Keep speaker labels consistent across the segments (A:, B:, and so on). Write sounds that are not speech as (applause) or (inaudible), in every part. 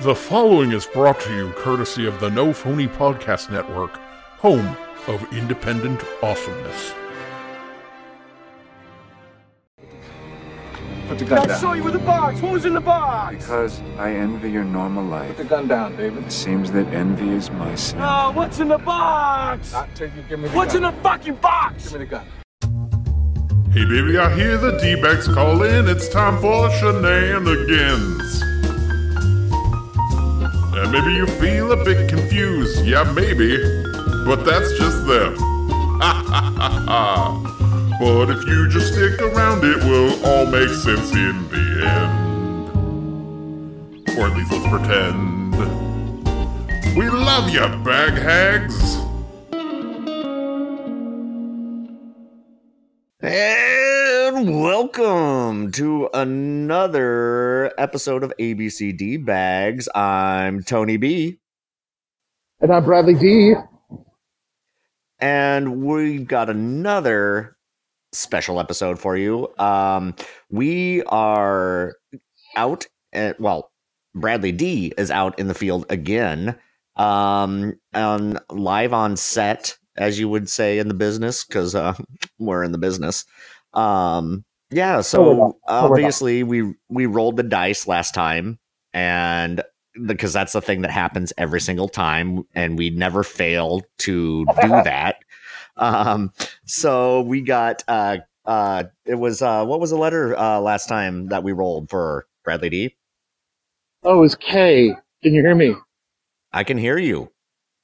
A: The following is brought to you courtesy of the No Phony Podcast Network, home of independent awesomeness.
B: Put the gun down.
C: you with the box. What was in the box?
B: Because I envy your normal life.
D: Put the gun down, David.
B: It seems that envy is my sin.
C: Oh, what's in the box?
D: Not till you give me the
C: What's in
D: gun.
C: the fucking box?
D: Give me the gun.
A: Hey, baby, I hear the D backs call in. It's time for shenanigans. And maybe you feel a bit confused. Yeah, maybe. But that's just them. (laughs) but if you just stick around, it will all make sense in the end. Or at least let's pretend. We love you, bag hags.
E: And welcome to another episode of ABCD Bags. I'm Tony B,
F: And I'm Bradley D.
E: and we've got another special episode for you. Um, we are out, at, well, Bradley D is out in the field again, um, on live on set, as you would say in the business, because uh, (laughs) we're in the business. Um,
F: No,
E: yeah,
F: we're not.
E: so
F: No, we're not.
E: obviously we we rolled the dice last time, and because that's the thing that happens every single time, and we never fail to do that. Um, so we got uh, uh, it was uh, what was the letter uh, last time that we rolled for Bradley D?
F: Oh, it's K. Can you hear me?
E: I can hear you.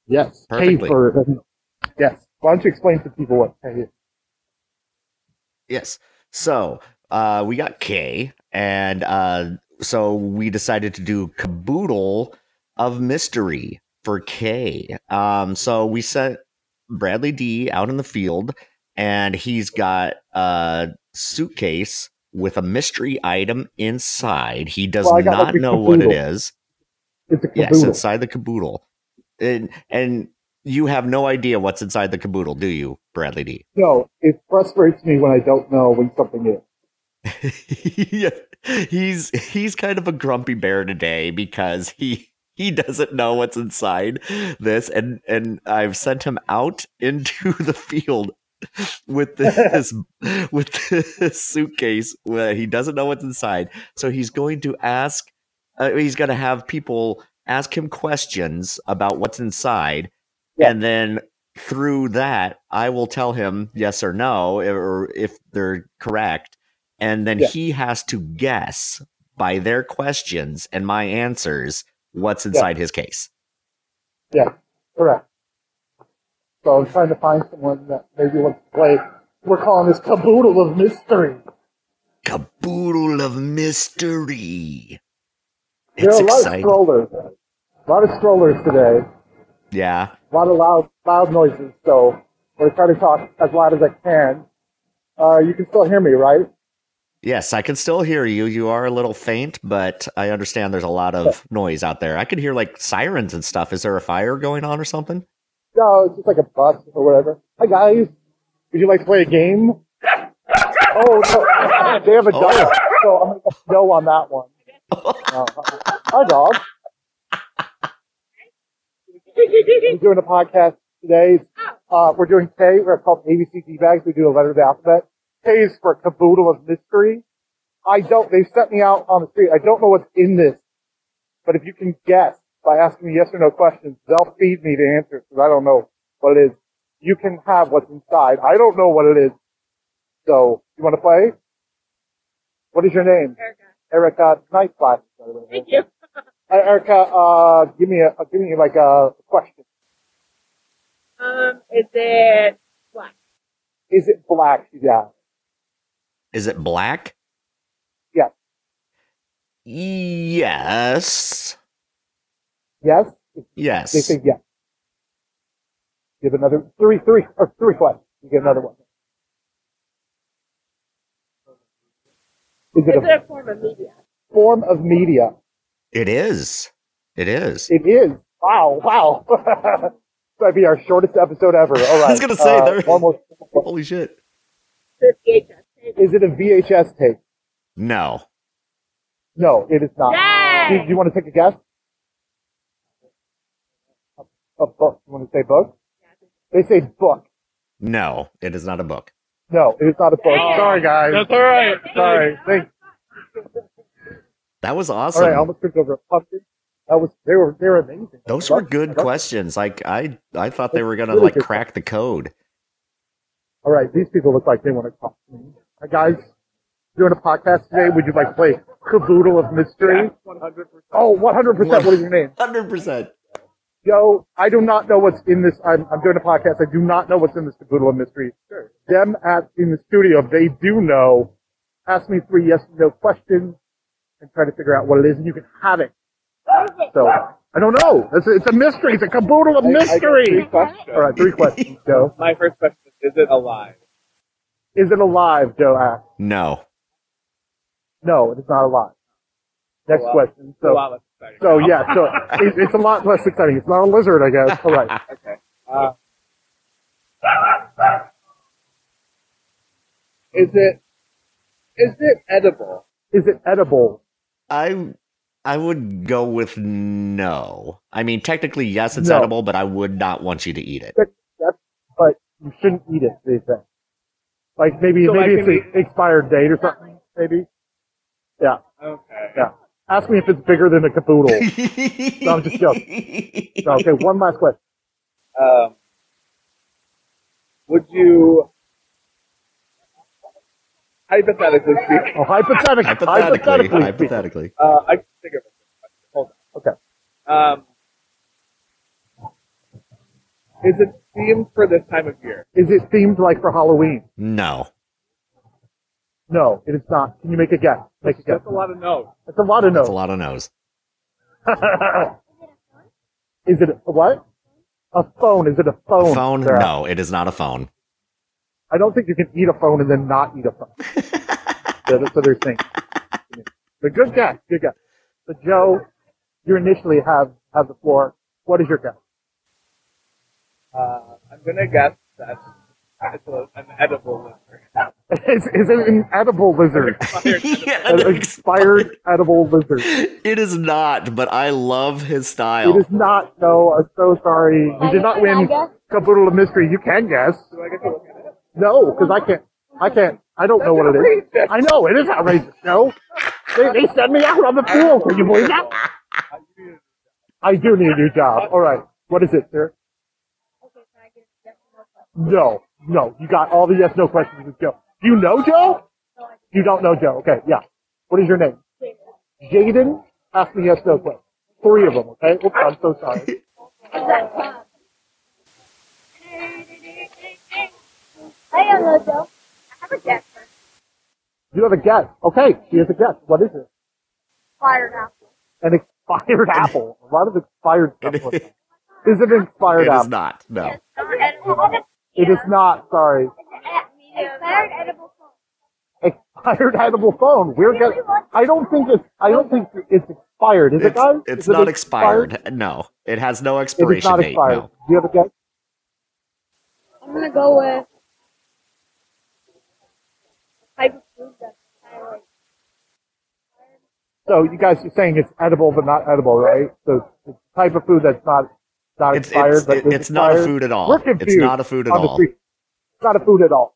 F: Yes.
E: Perfectly.
F: K for yes. Why don't you explain to people what K is?
E: Yes. So uh, we got K, and uh, so we decided to do Caboodle of Mystery for K. Um, so we sent Bradley D out in the field, and he's got a suitcase with a mystery item inside. He does
F: Well, I got, like,
E: not
F: the
E: know what it
F: caboodle.
E: is.
F: It's a
E: Yes,
F: caboodle.
E: inside the caboodle, and and you have no idea what's inside the caboodle, do you, Bradley D?
F: no, it frustrates me when I don't know when something is.
E: (laughs) yeah, he's he's kind of a grumpy bear today because he he doesn't know what's inside this and and I've sent him out (laughs) into the field with this with this suitcase where he doesn't know what's inside. So he's going to ask uh, he's going to have people ask him questions about what's inside
F: Yeah.
E: and then through that I will tell him yes or no or if they're correct and then
F: Yeah.
E: he has to guess by their questions and my answers what's inside his case.
F: Correct. So I'm trying to find someone that maybe wants to play. We're calling this caboodle of mystery.
E: Caboodle of mystery.
F: There
E: It's
F: are a lot
E: exciting.
F: of scrollers. A lot of scrollers today.
E: yeah.
F: A lot of loud, loud noises. So we're trying to talk as loud as I can. Uh, you can still hear me, right?
E: Yes, I can still hear you. You are a little faint, but I understand there's a lot of noise out there. I could hear like sirens and stuff. Is there a fire going on or something?
F: No, it's just like a bus or whatever. Hi guys, would you like to play a game? Oh no, they have a dog, so I'm gonna guess no on that one. No. Hi dog. We're doing a podcast today. Uh, we're doing K. We're called ABC D bags. We do a letter of the alphabet. K is for caboodle of mystery. I don't. They sent me out on the street. I don't know what's in this, but if you can guess by asking me yes or no questions, they'll feed me the answers because I don't know what it is. You can have what's inside. I don't know what it is. So, you want to play? What is your name?
G: Erica.
F: Erica. Nice glasses, by the way.
G: Thank you.
F: Hi, Erica. Uh, give me a, give me like a question.
G: Um, is it black?
F: Is it black? Yeah.
E: Is it black?
F: Yeah.
E: Yes.
F: Yes? They
E: Yes.
F: say yes. Give another three, three, or three questions. You get another one. Is
G: Is
F: it a
G: it a form of media?
F: form of media?
E: It is. It is.
F: It is. Wow, wow. (laughs) That'd be our shortest episode ever. All right.
E: was gonna say,
F: Uh,
E: there-
F: almost.
E: Holy shit.
G: The VHS.
F: Is it a VHS tape?
E: No.
F: No, it is not.
G: Yay!
F: Do, do
G: Yay!
F: you want to take a guess? A, a book. You want to say book? They say book.
E: No, it is not a book.
F: No, it is not a book.
G: Dang it.
F: Sorry, guys.
D: That's all right.
F: Sorry. Thanks.
E: That was
F: All
E: awesome.
F: right, I almost tripped over a pumpkin. That was they were they were amazing.
E: Those
F: I
E: were
F: love-
E: good
F: I love-
E: questions. Like I, I thought they were gonna
F: Really
E: like
F: good
E: crack the code.
F: All right, these people look like they want to talk to me. Hi, guys, doing a podcast today. Would you like to play Caboodle of Mystery? One hundred percent. Oh, one hundred percent. What is your name?
E: Hundred percent.
F: Yo, I do not know what's in this. I'm, I'm doing a podcast. I do not know what's in this Caboodle of Mystery. Sure. Them at in the studio, they do know. Ask me three yes and no questions and try to figure out what it is, and you can have it. So I don't know. It's a, it's a mystery. It's a Caboodle of Mystery. All right, three questions, Joe.
D: My first question is: Is it alive?
F: Is it alive, Joe asked.
E: No.
F: No, it is not alive. Next Oh,
D: Wow.
F: question.
D: So,
F: So,
D: wow, that's exciting.
F: so yeah, so it, it's a lot less exciting. It's not a lizard, I guess. All right.
D: (laughs) Okay. Uh, is it is it edible?
F: Is it edible?
E: I, I would go with no. I mean, technically, yes, it's
F: No.
E: edible, but I would not want you to eat it.
F: You shouldn't eat it, they say. Like maybe,
D: So, like,
F: maybe it's
D: maybe-
F: an expired date or something. Maybe. Yeah.
D: Okay.
F: Yeah. Ask me if it's bigger than
D: (laughs)
F: a caboodle. No, I'm just
E: joking.
F: okay, one last question.
D: Um, would you hypothetically speaking?
F: Oh, hypothetically.
E: (laughs) Hypothetically,
F: Hypothetically.
E: hypothetically,
D: Uh, I can think of it. Hold on.
F: Okay.
D: Um, is it themed for this time of year?
F: Is it themed like for Halloween?
E: no.
F: No, it is not. Can you make a guess? Make a guess.
D: That's a lot of no's.
F: That's a lot of
E: That's a
F: no.
E: lot of no's.
F: (laughs) is it a what? A phone? Is it a phone?
E: A phone?
F: Sarah?
E: No, it is not a phone.
F: I don't think you can eat a phone and then not eat a phone. so that's what they're saying. The good guess, good guess. So Joe, you initially have have the floor. What is your guess? (laughs)
D: Uh, I'm gonna guess that it's a, an edible lizard.
H: (laughs)
F: Is, is it an edible
E: (laughs)
F: lizard?
E: (laughs) Yeah,
F: An expired edible lizard.
E: it is not. But I love his
F: It
E: style.
F: is not. No, I'm so sorry. You did not win Caboodle of Mystery. You can guess.
D: Do I get to look at it?
F: No, because I can't. I can't. I don't know what it is. I know it is outrageous. No, they, they sent me out on the pool. Can you believe that? I do need a new job. All right. What is it, sir?
G: Okay, can I get a yes or no question?
F: No, no. You got all the yes, no questions with Joe. Do you know Joe?
G: No, I
F: You don't know Joe. Okay, yeah. What is your name?
G: can't.
F: Jaden. Ask me yes, no questions. Three of them. Okay. Oops, I'm so sorry.
G: I don't know, Joe. I have a guess. but
F: You have a guess. Okay, she has a guess. What is it?
G: Fire now.
F: An expired (laughs) apple. A lot of
E: (laughs)
F: expired stuff.
E: It
F: is it an expired
E: It
F: apple?
E: is not. No.
F: It is not. Sorry.
G: Expired edible phone.
F: expired edible phone. We're going I don't think it's. I don't think it's expired. Is it,
E: It's,
F: guys?
E: it's
F: Is it
E: not expired. No, it has no
F: It is
E: expiration
F: not
E: date.
F: expired.
E: No.
F: Do you have a guess?
G: I'm gonna go with. I just moved that.
F: So you guys are saying it's edible but not edible, right? So it's the type of food that's not not
E: It's,
F: expired.
E: it's,
F: but
E: it-
F: is
E: it's not a
F: expired.
E: food at all.
F: We're
E: It's
F: confused
E: not a food at
F: on the
E: all.
F: street. It's not a food at all.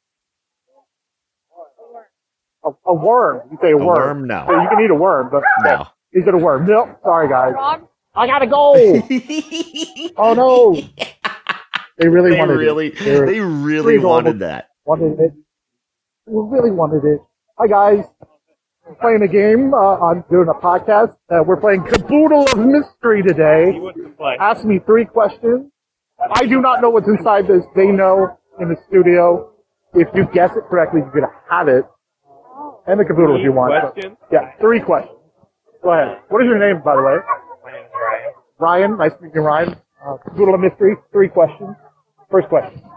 F: A, a worm. You say a,
E: A worm? No.
F: So you can eat a worm, but
E: No.
F: is it a worm? Nope. Sorry, guys.
G: Frog?
F: I gotta
E: (laughs)
F: go. oh no. They really
E: They
F: wanted it.
E: really,
F: They were-
E: they really
F: Please, Arnold.
E: wanted that.
F: wanted it. We really wanted it. Hi guys, we're playing a game. Uh, I'm doing a podcast. Uh, we're playing Caboodle of Mystery today.
D: wouldn't play.
F: Ask me three questions. I do not know what's inside this. They know in the studio. If you guess it correctly, you're gonna have it. And the caboodle if you want. So-
D: Questions?
F: yeah, three questions. Go ahead. What is your name, by the way?
D: My name's Ryan.
F: Ryan. Nice to meet you, Ryan. Uh, caboodle of Mystery. Three questions. First question. (laughs)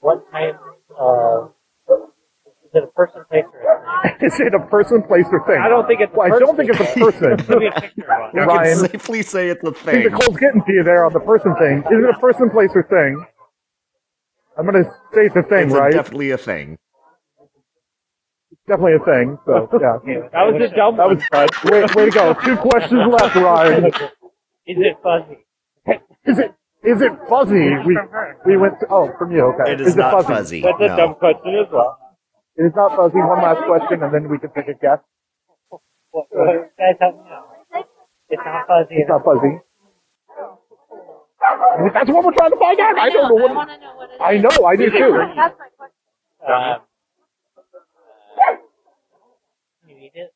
H: What type uh is it a person, place, or a thing?
F: Is it a person, place, or thing?
H: I don't think it's a
F: Well, I don't
H: person.
F: think it's a person.
H: (laughs) Give me a picture of
E: You
H: one.
F: Ryan.
E: can safely say it's a
F: See,
E: thing.
F: the cold's getting to you there on the person thing. Is it a person, place, or thing? I'm gonna say it's a thing,
E: It's a-
F: right?
E: definitely a thing.
F: definitely a thing. So yeah,
H: (laughs) That was a dumb
F: that was
H: one.
F: way, way to go. Two questions left, Ryan.
H: Is it fuzzy?
F: Is it is it fuzzy? We we went. To, oh, from you. Okay.
E: It is, not fuzzy.
H: That's a
E: no.
H: dumb question as well.
F: It is not fuzzy. One last question, and then we can take a guess.
H: What, what, guys, help me out. It's not fuzzy.
F: It's not fuzzy. That's what we're trying to find out. I don't know what.
G: to know what it is.
F: I know. I do too.
G: That's my question.
H: Um, uh, you eat it?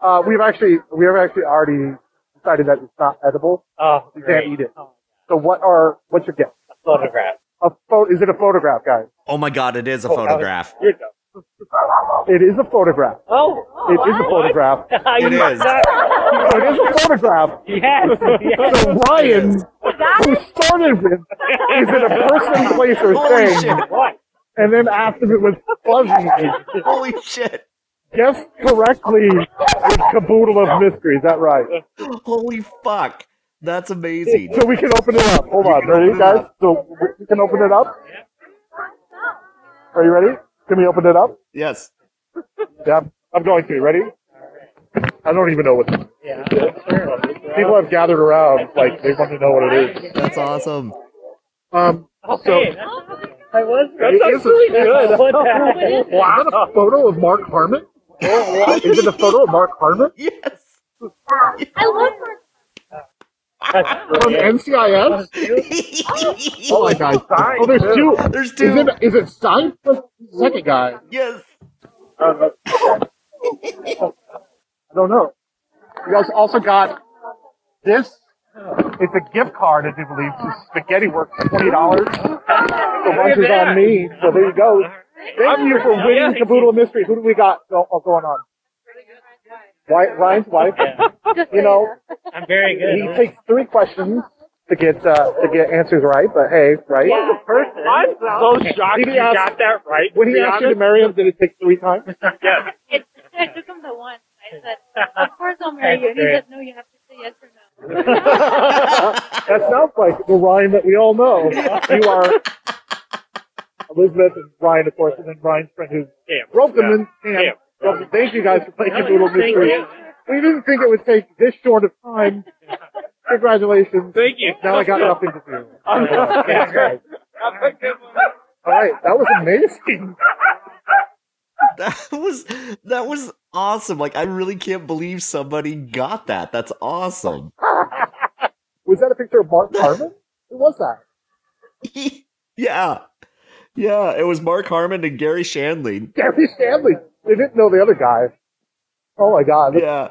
F: Uh, we've actually we have actually already decided that it's not edible.
H: Oh,
F: You can't
H: great.
F: eat it.
H: Oh,
F: So what are what's your guess?
H: a photograph.
F: A photo? Is it a photograph, guys?
E: Oh my god, it is a
H: Oh, that was-
E: photograph.
H: You're dumb.
F: It is a photograph.
H: Oh,
F: It is a
H: (laughs)
F: photograph.
E: (laughs) It is.
F: So it is a photograph.
H: Yes,
D: (laughs)
H: yes.
F: So Ryan, who started with, is it a person, place, or
E: Holy
F: thing?
E: shit!
H: What?
F: And then asked if it was fuzzy.
E: Holy shit!
F: Guess correctly with caboodle of mystery. Is that right?
E: Holy fuck! That's amazing.
F: So we can open it up. Hold on.
E: can open
F: Ready,
E: it
F: guys? So we can open it up. Are you ready? Can we open it up?
E: Yes.
F: Yeah, I'm- I'm going to. Ready? I don't even know what.
H: Yeah, sure.
F: People have gathered around, like they want to know what it is.
E: That's awesome.
F: Um,
H: Okay,
F: so
G: Oh,
H: that's, I was
F: It is a-
H: (laughs)
D: (laughs)
H: What the heck?
F: Wow. Is that a photo of Mark Harmon? Is it a photo of Mark Harmon
E: Yes.
G: I love her.
H: That's
F: from
H: brilliant.
F: NCIS? Oh my god! Oh, there's two.
E: (laughs) There's
F: Is
E: two.
F: it is it signed for the second guy?
E: Yes.
F: I don't know. You guys also got this. It's a gift card, I do believe, to Spaghetti Works, twenty dollars. The lunch is on me, so there you go. Thank you for winning Caboodle Mystery. Who do we got go- oh, going on? Wi- Ryan's wife. You know,
H: I'm very
F: he
H: good.
F: takes three questions to get uh, to get answers right, but hey, right?
D: I'm so shocked
F: Did
D: you
F: he ask-
D: got that right.
F: When he
D: to be
F: asked you to
D: honest.
F: marry him, did it take three times?
D: yes.
I: It, I took him the one. I said, of course I'll marry you. And he said, no, you have to say yes or no.
F: That sounds like the Ryan that we all know. You are Elizabeth and Ryan, of course, and then Ryan's friend who's
D: Damn.
F: Rokeman.
D: Yeah.
F: Rokeman. Thank you guys for playing Caboodle Mystery. We didn't think it would take this short of time. Congratulations.
D: Thank you.
F: Now I got nothing to do. Thanks, guys.
D: Yeah.
F: All right, that was amazing.
E: That was that was awesome. Like I really can't believe somebody got that. That's awesome. (laughs)
F: Was that a picture of Mark Harmon? Who was that?
E: yeah. Yeah, it was Mark Harmon and Gary Shandling.
F: Gary Stanley. They didn't know the other guy. Oh my God.
E: Yeah.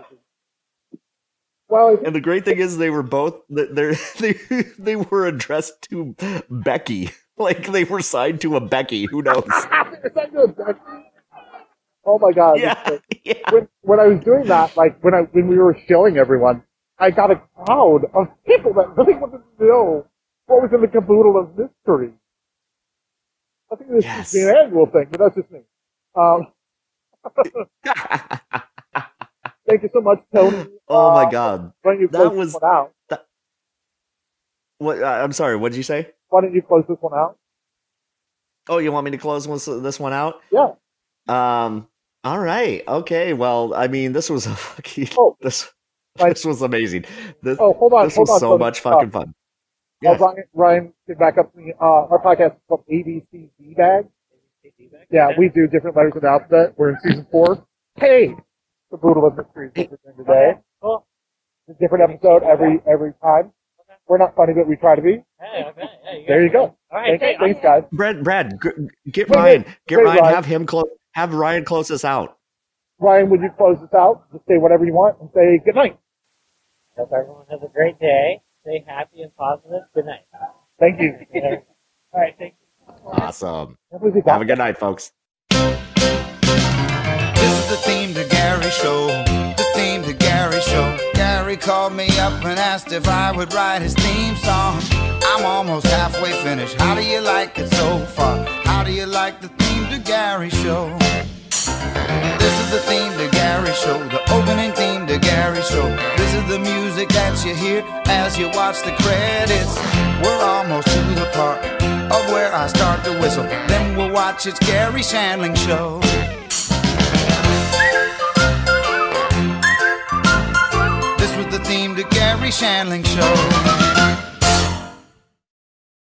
F: Well, it's
E: And the great thing is they were both they (laughs) they they were addressed to Becky. (laughs) Like they were signed to a Becky, who knows. (laughs)
F: Is that good? That's- (laughs) Oh my god!
E: Yeah. yeah.
F: When when I was doing that, like when I when we were showing everyone, I got a crowd of people that really wanted to know what was in the caboodle of mystery. I think this
E: Yes.
F: is an annual thing, but that's just me. Um, (laughs) thank you so much, Tony.
E: Oh
F: uh,
E: my god.
F: Why don't you
E: That
F: close
E: was-
F: this one out?
E: What I- I'm sorry, what did you say?
F: Why don't you close this one out?
E: Oh, you want me to close this, this one out?
F: Yeah.
E: Um. All right. Okay. Well, I mean, this was a fucking
F: Oh.
E: (laughs) this.
F: Right.
E: This was amazing. This,
F: Oh, hold on.
E: this
F: hold
E: was
F: on,
E: so
F: Tony.
E: much
F: Uh,
E: fucking fun.
F: Uh,
E: Yes.
F: Ryan, Ryan, get back up to me. Uh, our podcast is called ABC Bag. Yeah, we do different letters of the alphabet. We're in season four. Hey, the Brutal of Mysteries is what we're doing today.
H: Okay, cool.
F: It's a different episode every every time. We're not funny, but we try to be.
H: Hey, okay. Hey,
F: There you go.
H: All right,
F: Thanks,
H: hey,
F: thanks guys.
E: Brad, Brad, g- get
F: Wait, wait,
E: Ryan. Get
F: wait,
E: Ryan.
F: Ryan.
E: Have him close. Have Ryan close us out.
F: Ryan, would you close this out? Just say whatever you want and say good night.
H: Hope everyone has a great day. Stay happy and positive.
D: (laughs)
H: Good night.
F: Thank
H: (laughs)
F: you.
H: All right, thank you.
E: Awesome.
F: Can't believe we got
E: Have a good night, folks.
J: This is the theme to Gary show. The theme to Gary show. Gary called me up and asked if I would write his theme song. I'm almost halfway finished. How do you like it so far? How do you like the theme to Gary show? This is the theme to Gary Show, the opening theme to Gary Show. This is the music that you hear as you watch the credits. We're almost to the part of where I start to whistle. Then we'll watch it's Gary Shandling Show. theme to Gary Shandling Show.